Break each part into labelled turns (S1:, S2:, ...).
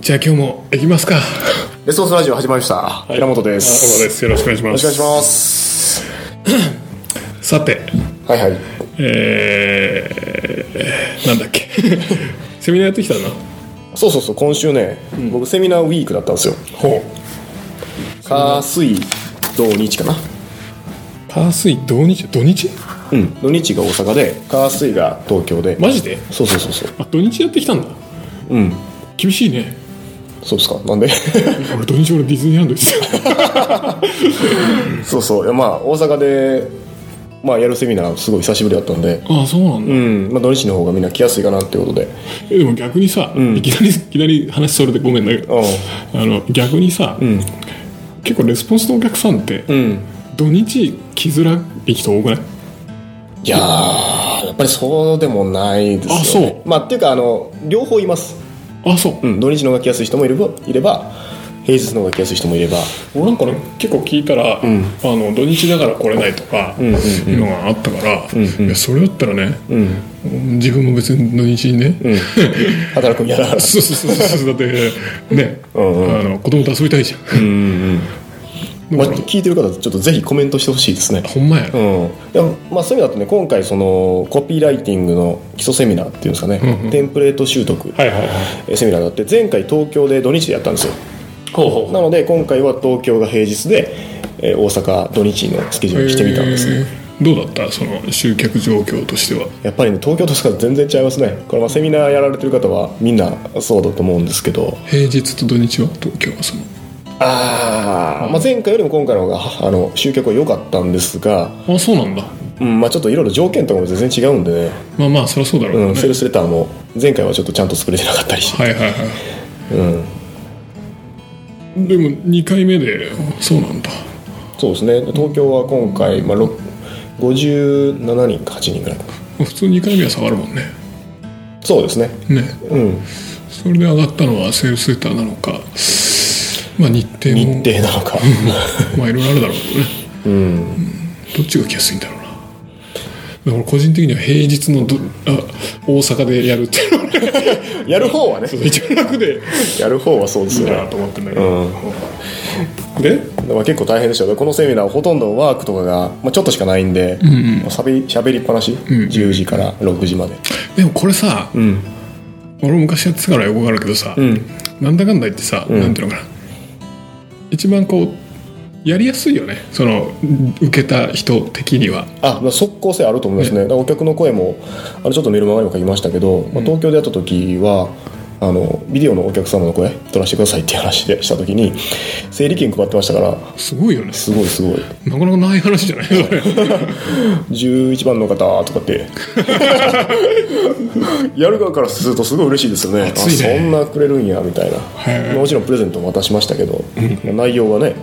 S1: じゃあ今日も行きますか。
S2: レソースラジオ始まりました。平本で
S1: あ小
S2: す。
S1: 野
S2: よ
S1: です。よろしくお願いしま
S2: ろし
S1: す。
S2: くお願いします。
S1: さて、
S2: はいはい。
S1: えー、なんだっけ。 セミナーやってきたな。
S2: そうそうそう、今週ね、僕セミナーウィークだったんですよ。
S1: ほう。
S2: 火、水、土日かな。
S1: パースイ土日土日
S2: うん。土日が大阪で、火、水が東京で。
S1: マジで
S2: そうそうそうそう。
S1: あ、土日やってきたんだ。
S2: うん。
S1: 厳しいね。
S2: そうですか。なんで
S1: 俺土日俺ディズニーランド行ってた。
S2: そうそう。いやまあ、大阪で、まあ、やるセミナーすごい久しぶりだったんで、
S1: ああ、そうなんだ
S2: う。ん。まあ、土日の方がみんな来やすいかなってことで。
S1: えでも逆にさ、いきなり、いきなり話それでごめんだけど、あの、逆にさ、結構レスポンスのお客さんって、
S2: うん。
S1: 土日来づらい人多くない
S2: いやー、やっぱりそうでもないですよ、ね。
S1: あそう
S2: まあ、っていうか、あの、両方います。
S1: あ、そう。
S2: うん、土日の方が来やすい人もいればいれば平日の方が来やすい人もいれば
S1: 俺なんかね結構聞いたら、あの土日だから来れないとかいうのがあったから、いやそれだったらね、自分も別に土日にね、
S2: 働くんやら
S1: そうそうそうそうだってね、
S2: んう
S1: あの子供と遊びたいじゃん、
S2: まあ、聞いてる方ちょっとぜひコメントしてほしいですね
S1: ほんまや、
S2: うんでもまあそういう意味だとね今回そのコピーライティングの基礎セミナーっていうんですかね、
S1: うんうん
S2: テンプレート習得
S1: はいはいはい
S2: えセミナーがあって前回東京で土日でやったんですよ
S1: ほうほ
S2: なので今回は東京が平日でえー大阪土日のスケジュールにしてみたんですね、
S1: どうだったその集客状況としては
S2: やっぱりね東京とか全然違いますねこれまあセミナーやられてる方はみんなそうだと思うんですけど
S1: 平日と土日は東京はその
S2: あーまあ、前回よりも今回の方がはあの集客は良かったんですが、
S1: あそうなんだ
S2: うんまあ、ちょっといろいろ条件とかも全然違うんでね、
S1: まあまあそりゃそうだろう
S2: う
S1: ね、
S2: ん、セールスレターも前回はちょっとちゃんと作れてなかったりし、
S1: はいはいはい
S2: うん、
S1: でも2回目でそうなんだ
S2: そうですね東京は今回、まあ、ろ57人か8人ぐらいか
S1: 普通2回目は下がるもんね
S2: そうですね
S1: ね
S2: うん
S1: それで上がったのはセールスレターなのか、まあ、日程
S2: 日
S1: も
S2: 程な のか
S1: まあいろいろあるだろうけどね、どっちが来やすいんだろうなだから個人的には平日のどあ大阪でやるっていうのが
S2: やる方はね
S1: 一番楽で
S2: やる方はそうです
S1: いい
S2: よね
S1: なと思ってんだけど、で
S2: まあ、結構大変でしたよこのセミナーほとんどワークとかが、まあ、ちょっとしかないんで、もうしゃべりしゃべりっぱなし、10時から6時まで
S1: でもこれさ、
S2: ん
S1: 俺も昔やってたからよくわかるけどさ、
S2: ん
S1: なんだかんだ言ってさ、なんていうのかな一番こうやりやすいよねその受けた人的には
S2: あ、まあ、即効性あると思いますね、だからお客の声もあのちょっとメルマガにも書きましたけど、まあ、東京でやった時はあのビデオのお客様の声撮らせてくださいっていう話でした時に整理券配ってましたから
S1: すごいよね
S2: すごいすごい
S1: なかなかない話じゃないそれ
S2: 11番の方とかって やる側からするとすごい嬉しいですよね
S1: 熱いね
S2: あそんなくれるんやみたいな、
S1: い
S2: まあもちろんプレゼントも渡しましたけど、まあ内容がね、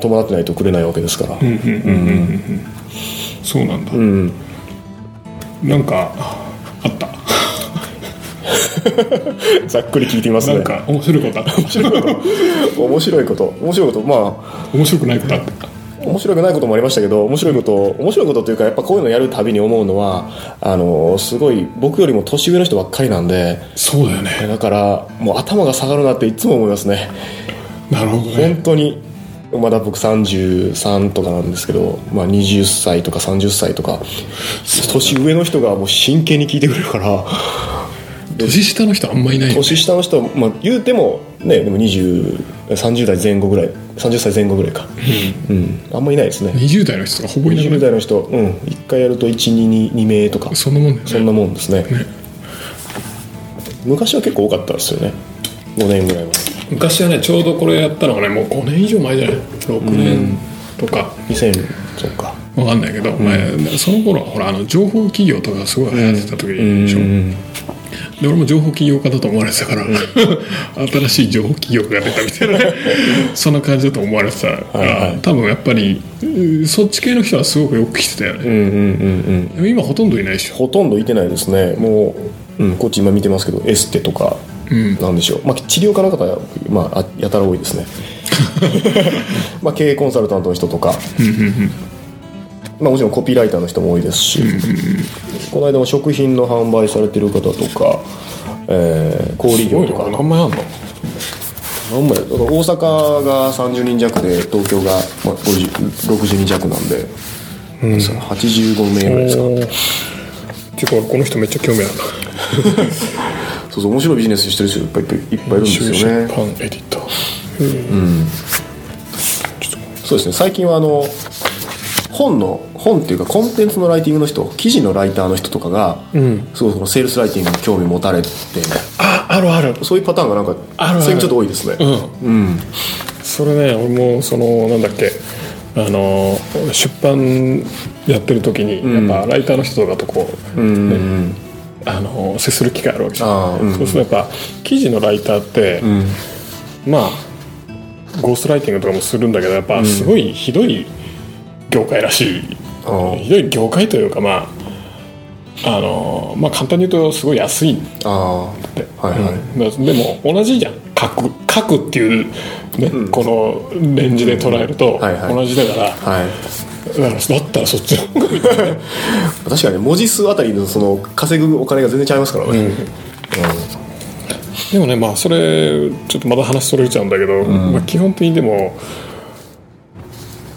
S2: 伴ってないとくれないわけですから、
S1: そうなんだ、
S2: ん
S1: なんかあった
S2: ざっくり聞いてみますね
S1: なんか面白いことあった面白
S2: 面白いこと面白いことまあ
S1: くないことあった
S2: 面白くないこともありましたけど面白いこと面白いことというかやっぱこういうのやるたびに思うのはあのすごい僕よりも年上の人ばっかりなんで
S1: そうだよね
S2: だからもう頭が下がるなっていつも思いますね
S1: なるほどね
S2: 本当にまだ僕33とかなんですけど、まあ、20歳とか30歳とか年上の人がもう真剣に聞いてくれるから
S1: 年下の人あんまいないよ
S2: 年下の人、まあ、言うてもねでも20 30代前後ぐらい30歳前後ぐらいか、うん、あんまいないですね
S1: 20代の人がほぼいなく
S2: 20
S1: な
S2: 代の人、うん、1回やると122名とか
S1: いそんなもんだよね
S2: そんなもんですね
S1: ね
S2: 昔は結構多かったですよね5年ぐらい前
S1: 昔はねちょうどこれやったのがねもう5年以上前じゃない6年とか
S2: 2000そっか
S1: わかんないけど、前その頃はほらあの情報企業とかがすごい流行ってた時でしょ、で俺も情報起業家だと思われてたから、 新しい情報起業家が出たみたいなねそんな感じだと思われてたから、
S2: はいはい
S1: 多分やっぱりうんそっち系の人はすごくよく来てたよ
S2: う
S1: ね、
S2: んうんうんうん
S1: でも今ほとんどいないでしょ
S2: ほとんどいてないですねもう、うん、こっち今見てますけどエステとか
S1: うん
S2: なんでしょう、まあ、治療家の方が、まあ、あやたら多 いですねまあ経営コンサルタントの人とかまあもちろんコピーライターの人も多いですしこの間も食品の販売されてる方とか、えー、小売業
S1: す
S2: と
S1: ごいな
S2: か
S1: 名前あんの
S2: 何枚だから大阪が30人弱で東京が、まあ、50 60人弱なんで、さ85名ぐらいですか
S1: おーていうかこの人めっちゃ興味あるな
S2: そうそう面白いビジネスしてる人いっぱいいっぱいいっぱいいるんですよね
S1: 出版エディター
S2: そうですね最近はあの本の本っていうかコンテンツのライティングの人記事のライターの人とかが、すごいこのセールスライティングに興味持たれて
S1: ああるある
S2: そういうパターンがなんか
S1: あるある
S2: 最近ちょっと多いですね、
S1: うん、それね俺もそのなんだっけあの出版やってる時にやっぱライターの人とかとこう、ねあの接する機会あるわけじゃ
S2: ああうん
S1: んそうするとやっぱ記事のライターって、まあゴーストライティングとかもするんだけどやっぱすごいひどい業界らしい、
S2: ああ
S1: ひどい業界というかまああのまあ簡単に言うとすごい安い
S2: ああはいはい、
S1: うんでも同じじゃん書く書くっていう、ねこのレンジで捉えると
S2: はいはい
S1: 同じだから、
S2: はい
S1: だからだったらそっちの方が
S2: 確かに文字数あたりのその稼ぐお金が全然違いますからね、
S1: でもねまあそれちょっとまだ話それちゃうんだけど、まあ、基本的にでも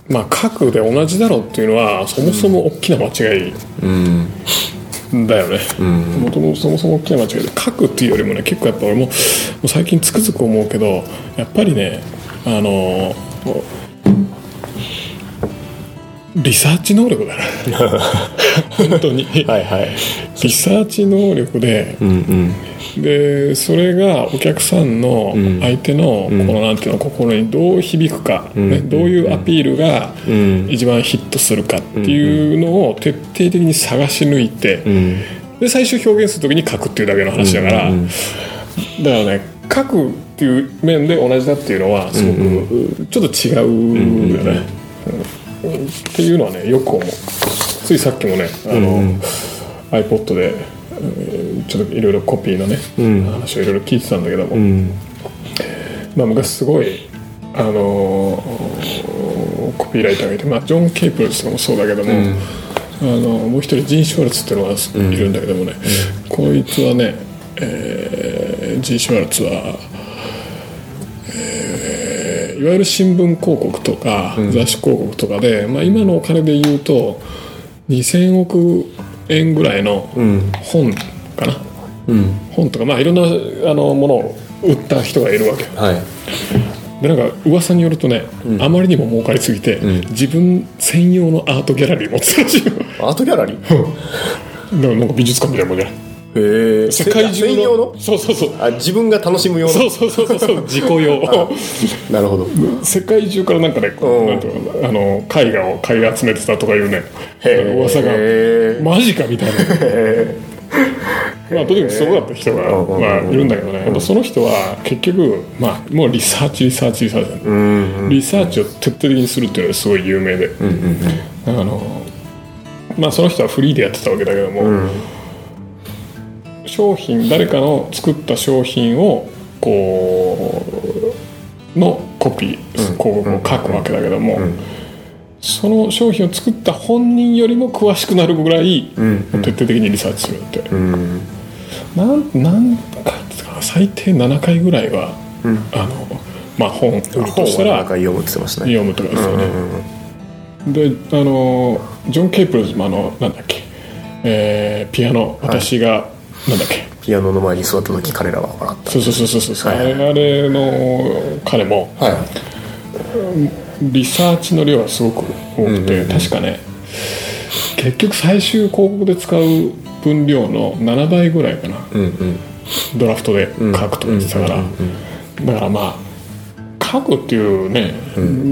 S1: まあ書くで同じだろうっていうのはそもそも大きな間違いだよね、もともとそもそも大きな間違いで書くっていうよりもね結構やっぱ俺ももう最近つくづく思うけどやっぱりねあのリサーチ能力 だな本当に
S2: はいはい
S1: リサーチ能力で、でそれがお客さんの相手のこのなんていうの心にどう響くか、ね、どういうアピールが一番ヒットするかっていうのを徹底的に探し抜いて、で最終表現する時に書くっていうだけの話だから、だからね書くっていう面で同じだっていうのはすごく、ちょっと違うよね。っていうのはねよく思うついさっきもねあの、iPod でうんちょっといろいろコピーのね、話をいろいろ聞いてたんだけども、まあ、昔すごい、あのーコピーライターがいて、まあ、ジョン・ケイプルスとかもそうだけども、あのもう一人ジン・シュワルツっていうのがいるんだけどもね、こいつはね、えージン・シュワルツは。いわゆる新聞広告とか雑誌広告とかで、まあ、今のお金で言うと2,000億円ぐらいの本かな、本とか、まあ、いろんなあのものを売った人がいるわけよ
S2: はい
S1: でなんか噂によるとね、あまりにも儲かりすぎて、自分専用のアートギャラリー持ってたらしいよ
S2: アートギャラリー
S1: だからなんか美術館みたいなもんじゃない
S2: へえ
S1: 世界中の
S2: 専用の
S1: そうそうそう
S2: あ自分が楽しむ用の
S1: そうそうそうそう自己用
S2: なるほど
S1: 世界中からなんかね、こ
S2: うん
S1: うなんていうのかなあの絵画を買い集めてたとかいうね
S2: へー
S1: 噂がマジかみたいなまあとにかくすごかった人が、
S2: うん
S1: まあ、いるんだけどねやっぱその人は結局、まあ、もうリサーチリサーチリサーチだね、リサーチを徹底的にするっていうのがすごい有名で、あのまあその人はフリーでやってたわけだけども、商品誰かの作った商品をこうのコピー広告を書くわけだけども、その商品を作った本人よりも詳しくなるぐらい徹底的にリサーチするって、なん何回ですかな最低7回ぐらいは、あのまあ本売るとした
S2: 本は
S1: ら
S2: なんか読むって言ってましたね
S1: 読むとかですよね、であのジョン・ケイプルズもあのなんだっけ、えーピアノ私が、なんだっけ
S2: ピアノの前に座った時彼らは笑っ
S1: そうそうそうそうそう、
S2: はいはい
S1: あれの彼も
S2: たはい
S1: リサーチの量がすごく多くて、確かね結局最終広告で使う分量の7倍ぐらいかな、ドラフトで書くとか言ってたから、だからまあ書くっていうね、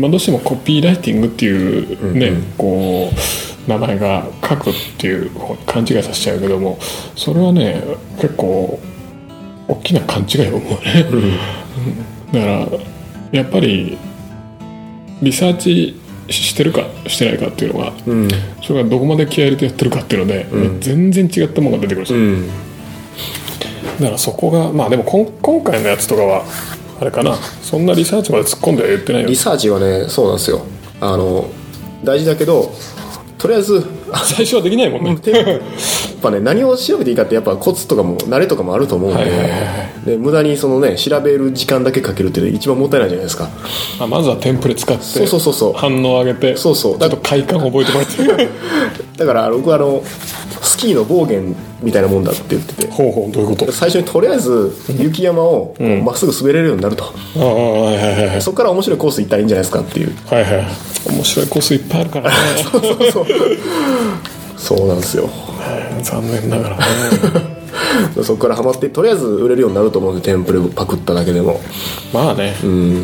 S1: まあ、どうしてもコピーライティングっていうね、こう名前が書くっていう方に勘違いさせちゃうけどもそれはね結構大きな勘違いを思うね、だからやっぱりリサーチしてるかしてないかっていうのが、それがどこまで気合い入れてやってるかっていうので、全然違ったものが出てくるんですよ、
S2: ん
S1: だからそこがまあでもこん今回のやつとかはあれかなそんなリサーチまで突っ込んでは言ってないよ
S2: リサーチはねそうなんですよあの大事だけどとりあえずあ
S1: 最初はできないもんね
S2: テンぱね何を調べていいかってやっぱコツとかも慣れとかもあると思うんで,、
S1: はいはいはい
S2: で無駄にそのね調べる時間だけかけるって一番もったいないじゃないですか
S1: あまずはテンプレ使って
S2: そうそうそうそう
S1: 反応を上げて
S2: そうそう
S1: ちょっと快感を覚えてもらって
S2: だから僕はあのスキーの暴言みたいなもんだって言って て
S1: ほうほうどういうこと
S2: 最初にとりあえず雪山をこうまっすぐ滑れるようになると、
S1: ああはいはいはいはい
S2: そこから面白いコース行ったらいいんじゃないですかっていう
S1: はいはい面白いコースいっぱいあるからね
S2: そうそうそうなんですよ
S1: 残念ながらね
S2: そこからハマってとりあえず売れるようになると思うんでテンプレパクっただけでも
S1: まあねうん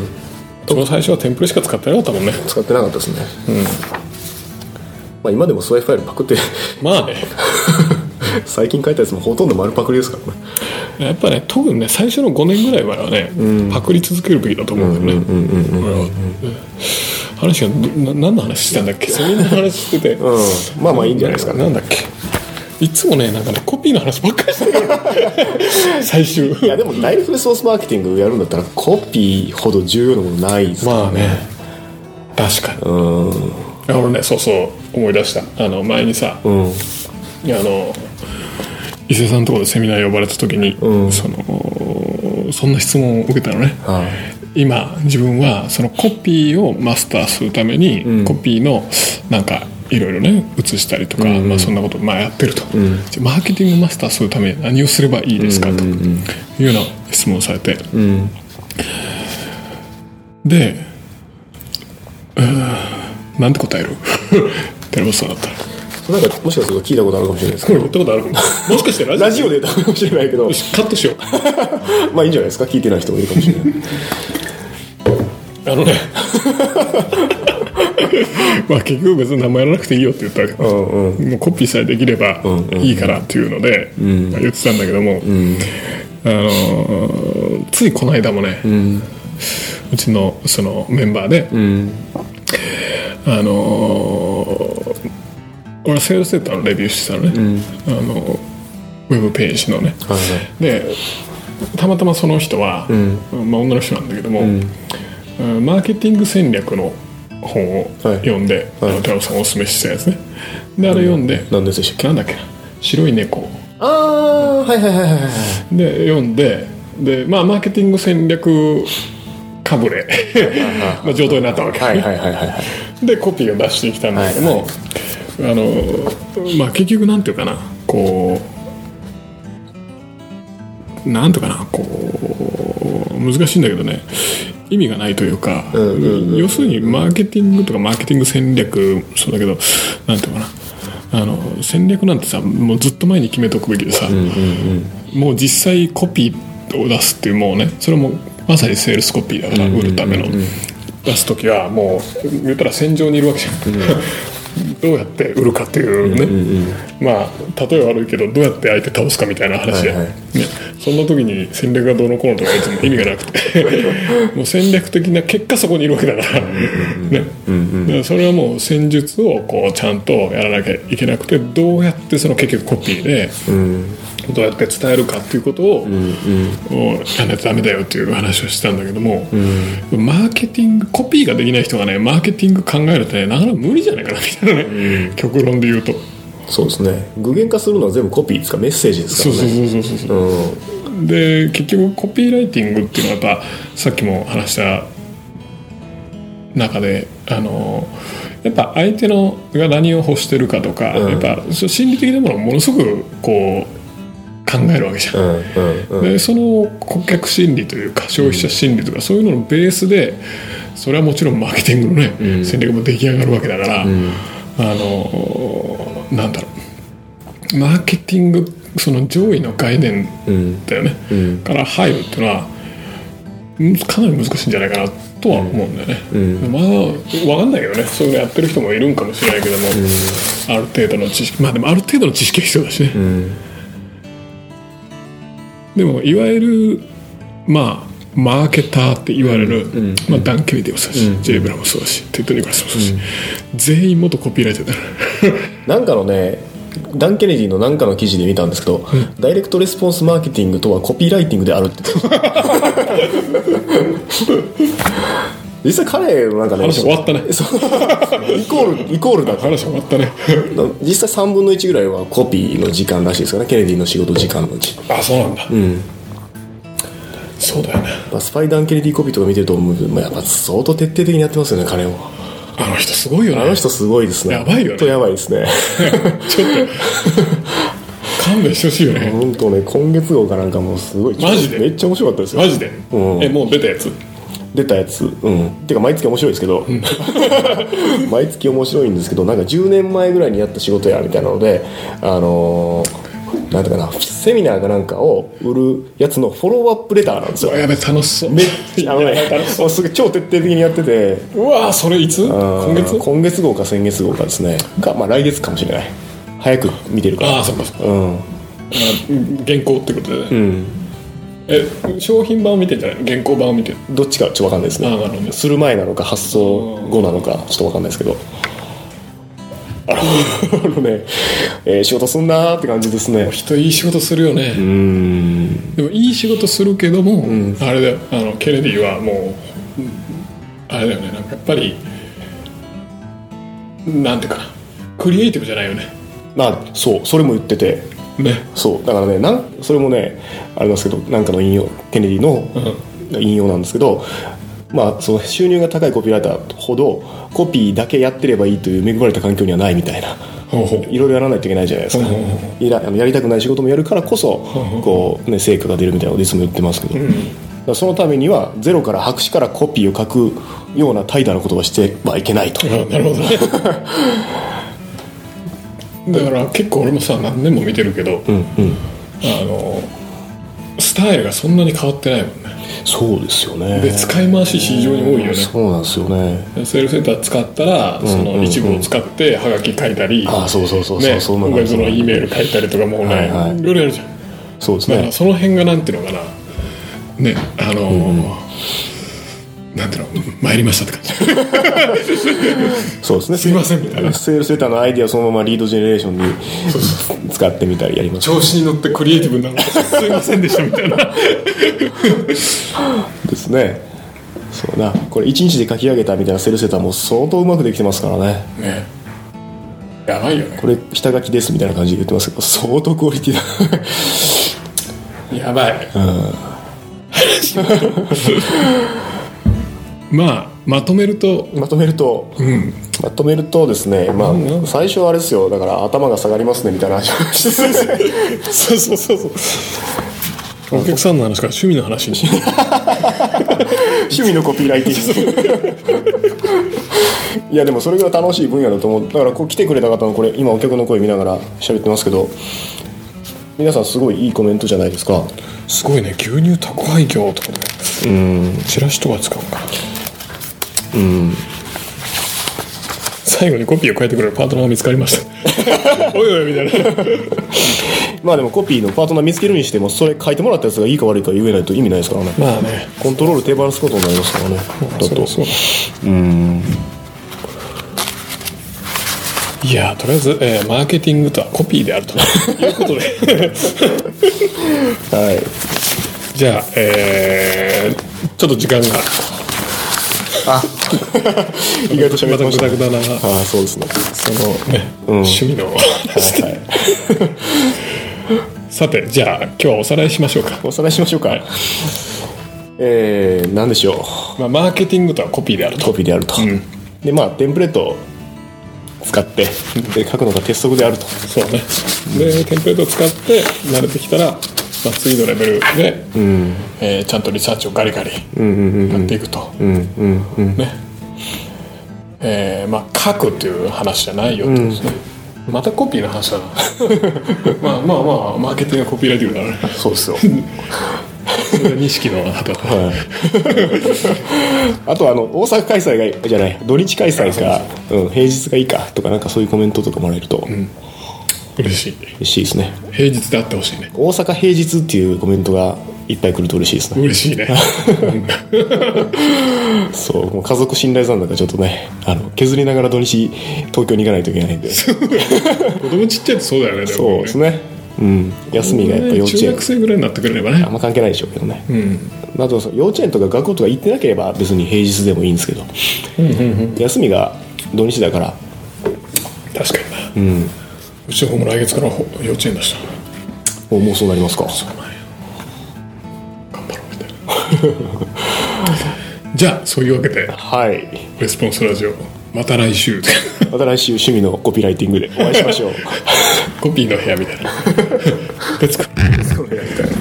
S1: 僕も最初はテンプレしか使ってなかったもんね
S2: 使ってなかったですねまあ今でもスワイファイルパクって
S1: まあね
S2: 最近書いたやつもほとんど丸パクリですからね
S1: やっぱね特にね最初の5年ぐらいまではね、パクり続けるべきだと思うんだよね俺は話がどな何の話してたんだっけセミの話してて、
S2: うんまあまあいいんじゃないですかね
S1: なんだっけいつもねなんかねコピーの話ばっかりしてるから最終
S2: いやでもライフソースマーケティングやるんだったらコピーほど重要なものないですから
S1: まあね確かにいや俺ねそうそう思い出したあの前にさ、
S2: うんうん
S1: いやあの伊勢さんのところでセミナー呼ばれた時に、
S2: うん
S1: そのそんな質問を受けたのね、
S2: はい
S1: 今自分はそのコピーをマスターするために、
S2: ん
S1: コピーのなんかいろいろね写したりとか、まあ、そんなこと、まあ、やってると、じゃあマーケティングマスターするために何をすればいいですか、というような質問をされて、
S2: うん
S1: でうーんなんて答える テレボスさんだったら
S2: なんかもしかすると聞いたことあるかもしれないです
S1: これ言ったことあるかももしかしてラジオ
S2: ラジオで言ったかもしれないけど
S1: よしカットしよう
S2: まあいいんじゃないですか聞いてない人もいるかもしれない
S1: あのね まあ結局別に名前やらなくていいよって言ったわけ
S2: うんうん
S1: もうコピーさえできればいいからっていうので、まあ言ってたんだけども、あのーついこの間もね、うちのそのメンバーで、あのー俺はセールスデータのレビューしてたのね、あのウェブページのね、
S2: はい
S1: でたまたまその人は、まあ、女の人なんだけども、うんマーケティング戦略の本を
S2: はい
S1: 読んで、あ
S2: はい
S1: の太郎さんがおすすめしてたやつねであれ読んで、
S2: 何でしたっけ
S1: なんだっけな白い猫
S2: ああはいはいはいはいはい
S1: で読んででまあマーケティング戦略かぶれ まあ上等になったわけ、
S2: はいはいはいはいはい
S1: でコピーを出してきたんだけども、あのまあ結局なんていうかなこうなんとかなこう難しいんだけどね意味がないというか、要するにマーケティングとかマーケティング戦略そうだけどなんていうのかなあの戦略なんてさもうずっと前に決めとくべきでさ、もう実際コピーを出すっていうもうねそれもまさにセールスコピーだから売るための出す時はもう言ったら戦場にいるわけじゃん、どうやって売るかっていうね、まあ例えは悪いけどどうやって相手倒すかみたいな話で、
S2: はいはい
S1: ね、そんな時に戦略がどうのこうのとか言っても意味がなく てもう戦略的な結果そこにいるわけだから、ねだからそれはもう戦術をこうちゃんとやらなきゃいけなくてどうやってその結局コピーで、どうやって伝えるかっていうことを、をやらないとダメだよっていう話をしてたんだけども、マーケティングコピーができない人がねマーケティング考えるとねなかなか無理じゃないかなみたいなね、極論で言うと
S2: そうですね具現化するのは全部コピーですかメッセージですか
S1: そう
S2: らね
S1: そうそうそうそうで結局コピーライティングっていうのはやっぱさっきも話した中であのやっぱ相手のが何を欲してるかとか、
S2: うん
S1: やっぱそう心理的なものをものすごくこう考えるわけじゃん
S2: う、んうんうん
S1: でその顧客心理というか消費者心理とかそういうののベースでそれはもちろんマーケティングのね、戦略も出来上がるわけだから、あのなんだろうマーケティングその上位の概念
S2: うん
S1: だよね、から入るっていうのはうんかなり難しいんじゃないかなとは思うんだよね、まあ分かんないけどねそういうのやってる人もいるんかもしれないけども、ある程度の知識まあでもある程度の知識が必要だしね、
S2: うん
S1: でもいわゆるまあマーケターって言われる、まあ、ダン・ケビデもそうだし、ジェイ・ブラもそうだしテッド・ニコラスもそうだし、全員元コピーライターだか
S2: なんかのねダン・ケネディのなんかの記事で見たんですけど、ダイレクトレスポンスマーケティングとはコピーライティングであるって実際彼のなんかね
S1: 話終わったね
S2: そうイコールイコールだから
S1: 話終わったね
S2: 実際3分の1ぐらいはコピーの時間らしいですからねケネディの仕事時間のうち、
S1: あそうなんだ
S2: うん
S1: そうだよね
S2: まあスパイダン・ケネディコピーとか見てると思うけど、まあ、やっぱ相当徹底的にやってますよね彼を
S1: あの人すごいよね
S2: あの人すごいですね
S1: やばいよね
S2: ほんとやばいですね
S1: ちょっと勘弁してほしいよね
S2: 本当ね今月号かなんかもうすごい
S1: マジで
S2: めっちゃ面白かったですよ
S1: マジで、
S2: うん
S1: えもう出たやつ
S2: 出たやつうんてか毎月面白いですけど 毎月面白いんですけどなんか10年前ぐらいにやった仕事やみたいなのであのーなんていうかなセミナーかなんかを売るやつのフォローアップレターなんですよ
S1: あやべ楽しそう
S2: めっちゃあのねもうすぐ超徹底的にやってて
S1: うわーそれいつ
S2: あー
S1: 今月
S2: 今月号か先月号かですねかまあ来月かもしれない早く見てるから
S1: ああそっかそっか
S2: うん
S1: 原稿ってことで
S2: う
S1: ね、
S2: ん
S1: え商品版を見てんじゃない原稿版を見てる
S2: どっちかちょっと分かんないです
S1: ああ
S2: ね
S1: なるほどね
S2: する前なのか発送後なのかちょっと分かんないですけどあの あのね、えー仕事すんなーって感じですね
S1: 人いい仕事するよね、
S2: うーん
S1: でもいい仕事するけども、あれだよあのケネディはもううんあれだよねなんかやっぱりなんていうかなクリエイティブじゃないよね
S2: まあそうそれも言ってて
S1: ね
S2: そうだからねなんそれもねあれなんですけどなんかの引用ケネディの引用なんですけど、まあ、その収入が高いコピーライターほどコピーだけやってればいいという恵まれた環境にはないみたいな。
S1: ほうほう
S2: いろいろやらないといけないじゃないですか、
S1: うんうんうん
S2: いらあのやりたくない仕事もやるからこそ、こうね、成果が出るみたいなこといつも言ってますけど、だからそのためにはゼロから白紙からコピーを書くような怠惰なことはしてはいけないと、
S1: あなるほどね だから結構俺もさ何年も見てるけど、
S2: うんうん、
S1: あのスタイルがそんなに変わってないもんね
S2: そうですよね
S1: で使い回し非常に多いよね
S2: そうなんですよね
S1: セールセンター使ったらその一部を使ってハガキ書いたり、
S2: ああそうそうそうそう、
S1: ね、
S2: そ
S1: 僕がその E メー
S2: ル
S1: ル書いたりとかもうね、
S2: はい
S1: い
S2: はい
S1: ろいろやるじゃん
S2: そうです
S1: だから
S2: ね
S1: その辺がなんていうのかなねあのなんていうの参りましたって感じ
S2: そうです ね
S1: すいませんみたいな
S2: セールスレターのアイディアをそのままリードジェネレーションに使ってみたりやります
S1: 調子に乗ってクリエイティブになる すいませんでしたみたいな
S2: ですねそうなこれ1日で書き上げたみたいなセールスレターも相当うまくできてますからね
S1: ねやばいよね
S2: これ下書きですみたいな感じで言ってますけど相当クオリティだ
S1: やばい、まあまとめると
S2: まとめると、
S1: ん
S2: まとめるとですねまあ
S1: うん
S2: 最初はあれですよだから頭が下がりますねみたいな話を して
S1: そうそうそうそうお客さんの話から趣味の話に
S2: 趣味のコピーライティ ングいやでもそれぐらい楽しい分野だと思うだからこう来てくれた方のこれ今お客の声見ながら喋ってますけど皆さんすごいいいコメントじゃないですか
S1: すごいね牛乳宅配業とかねチラシとか使うから最後にコピーを変えてくれるパートナーが見つかりました おいおいみたいな
S2: まあでもコピーのパートナー見つけるにしてもそれ書いてもらったやつがいいか悪いか言えないと意味ないですからね
S1: まあね
S2: コントロール手放すことになりますからねだ
S1: そう
S2: と
S1: そういやーとりあえず、えーマーケティングとはコピーである ということで
S2: はい
S1: じゃあえーちょっと時間が
S2: あ意外と喋
S1: ま
S2: って
S1: た
S2: ま
S1: グ
S2: した
S1: ダグ
S2: ね
S1: ダな
S2: ああそうですね
S1: その、ね趣味の話で、さてじゃあ今日はおさらいしましょうか、
S2: おさらいしましょうか、えー、何でしょう
S1: まあ、マーケティングとはコピーであると
S2: コピーであると、
S1: ん
S2: でまあテンプレートを使ってで書くのが鉄則であると
S1: そうねでテンプレートを使って慣れてきたら、まあ、次のレベルで、えーちゃんとリサーチをガリガリやっていくとねえーまあ書くという話じゃないよってことですね、またコピーの話だな まあまあまあマーケティングはコピーライティングだからね
S2: そうですよ
S1: それが錦の後
S2: あとあの大阪開催がじゃない土日開催かうん、平日がいいかとかなんかそういうコメントとかもらえると
S1: 嬉しい
S2: 嬉しいですね、
S1: 平日であってほしいね
S2: 大阪平日っていうコメントがいっぱい来ると嬉しいですね
S1: 嬉しい ね
S2: そうもう家族信頼残高ちょっとねあの削りながら土日東京に行かないといけないんでそ
S1: 子供ちっちゃいとそうだよねでも
S2: うですねうん休みがやっぱ幼稚
S1: 中
S2: 園
S1: 学生ぐらいになってくれればね
S2: あんま関係ないでしょうけどね、
S1: うん
S2: あとその幼稚園とか学校とか行ってなければ別に平日でもいいんですけど休みが土日だから
S1: 確かに
S2: う
S1: な、うんちの方も来月からほ幼稚園だした
S2: もうもうそうなりますか
S1: そうなんや頑張ろうみたいな じゃあそういうわけで
S2: はい
S1: レスポンスラジオまた来週
S2: また来週趣味のコピーライティングでお会いしましょう
S1: コピーの部屋みたいな徹子の部屋みたいな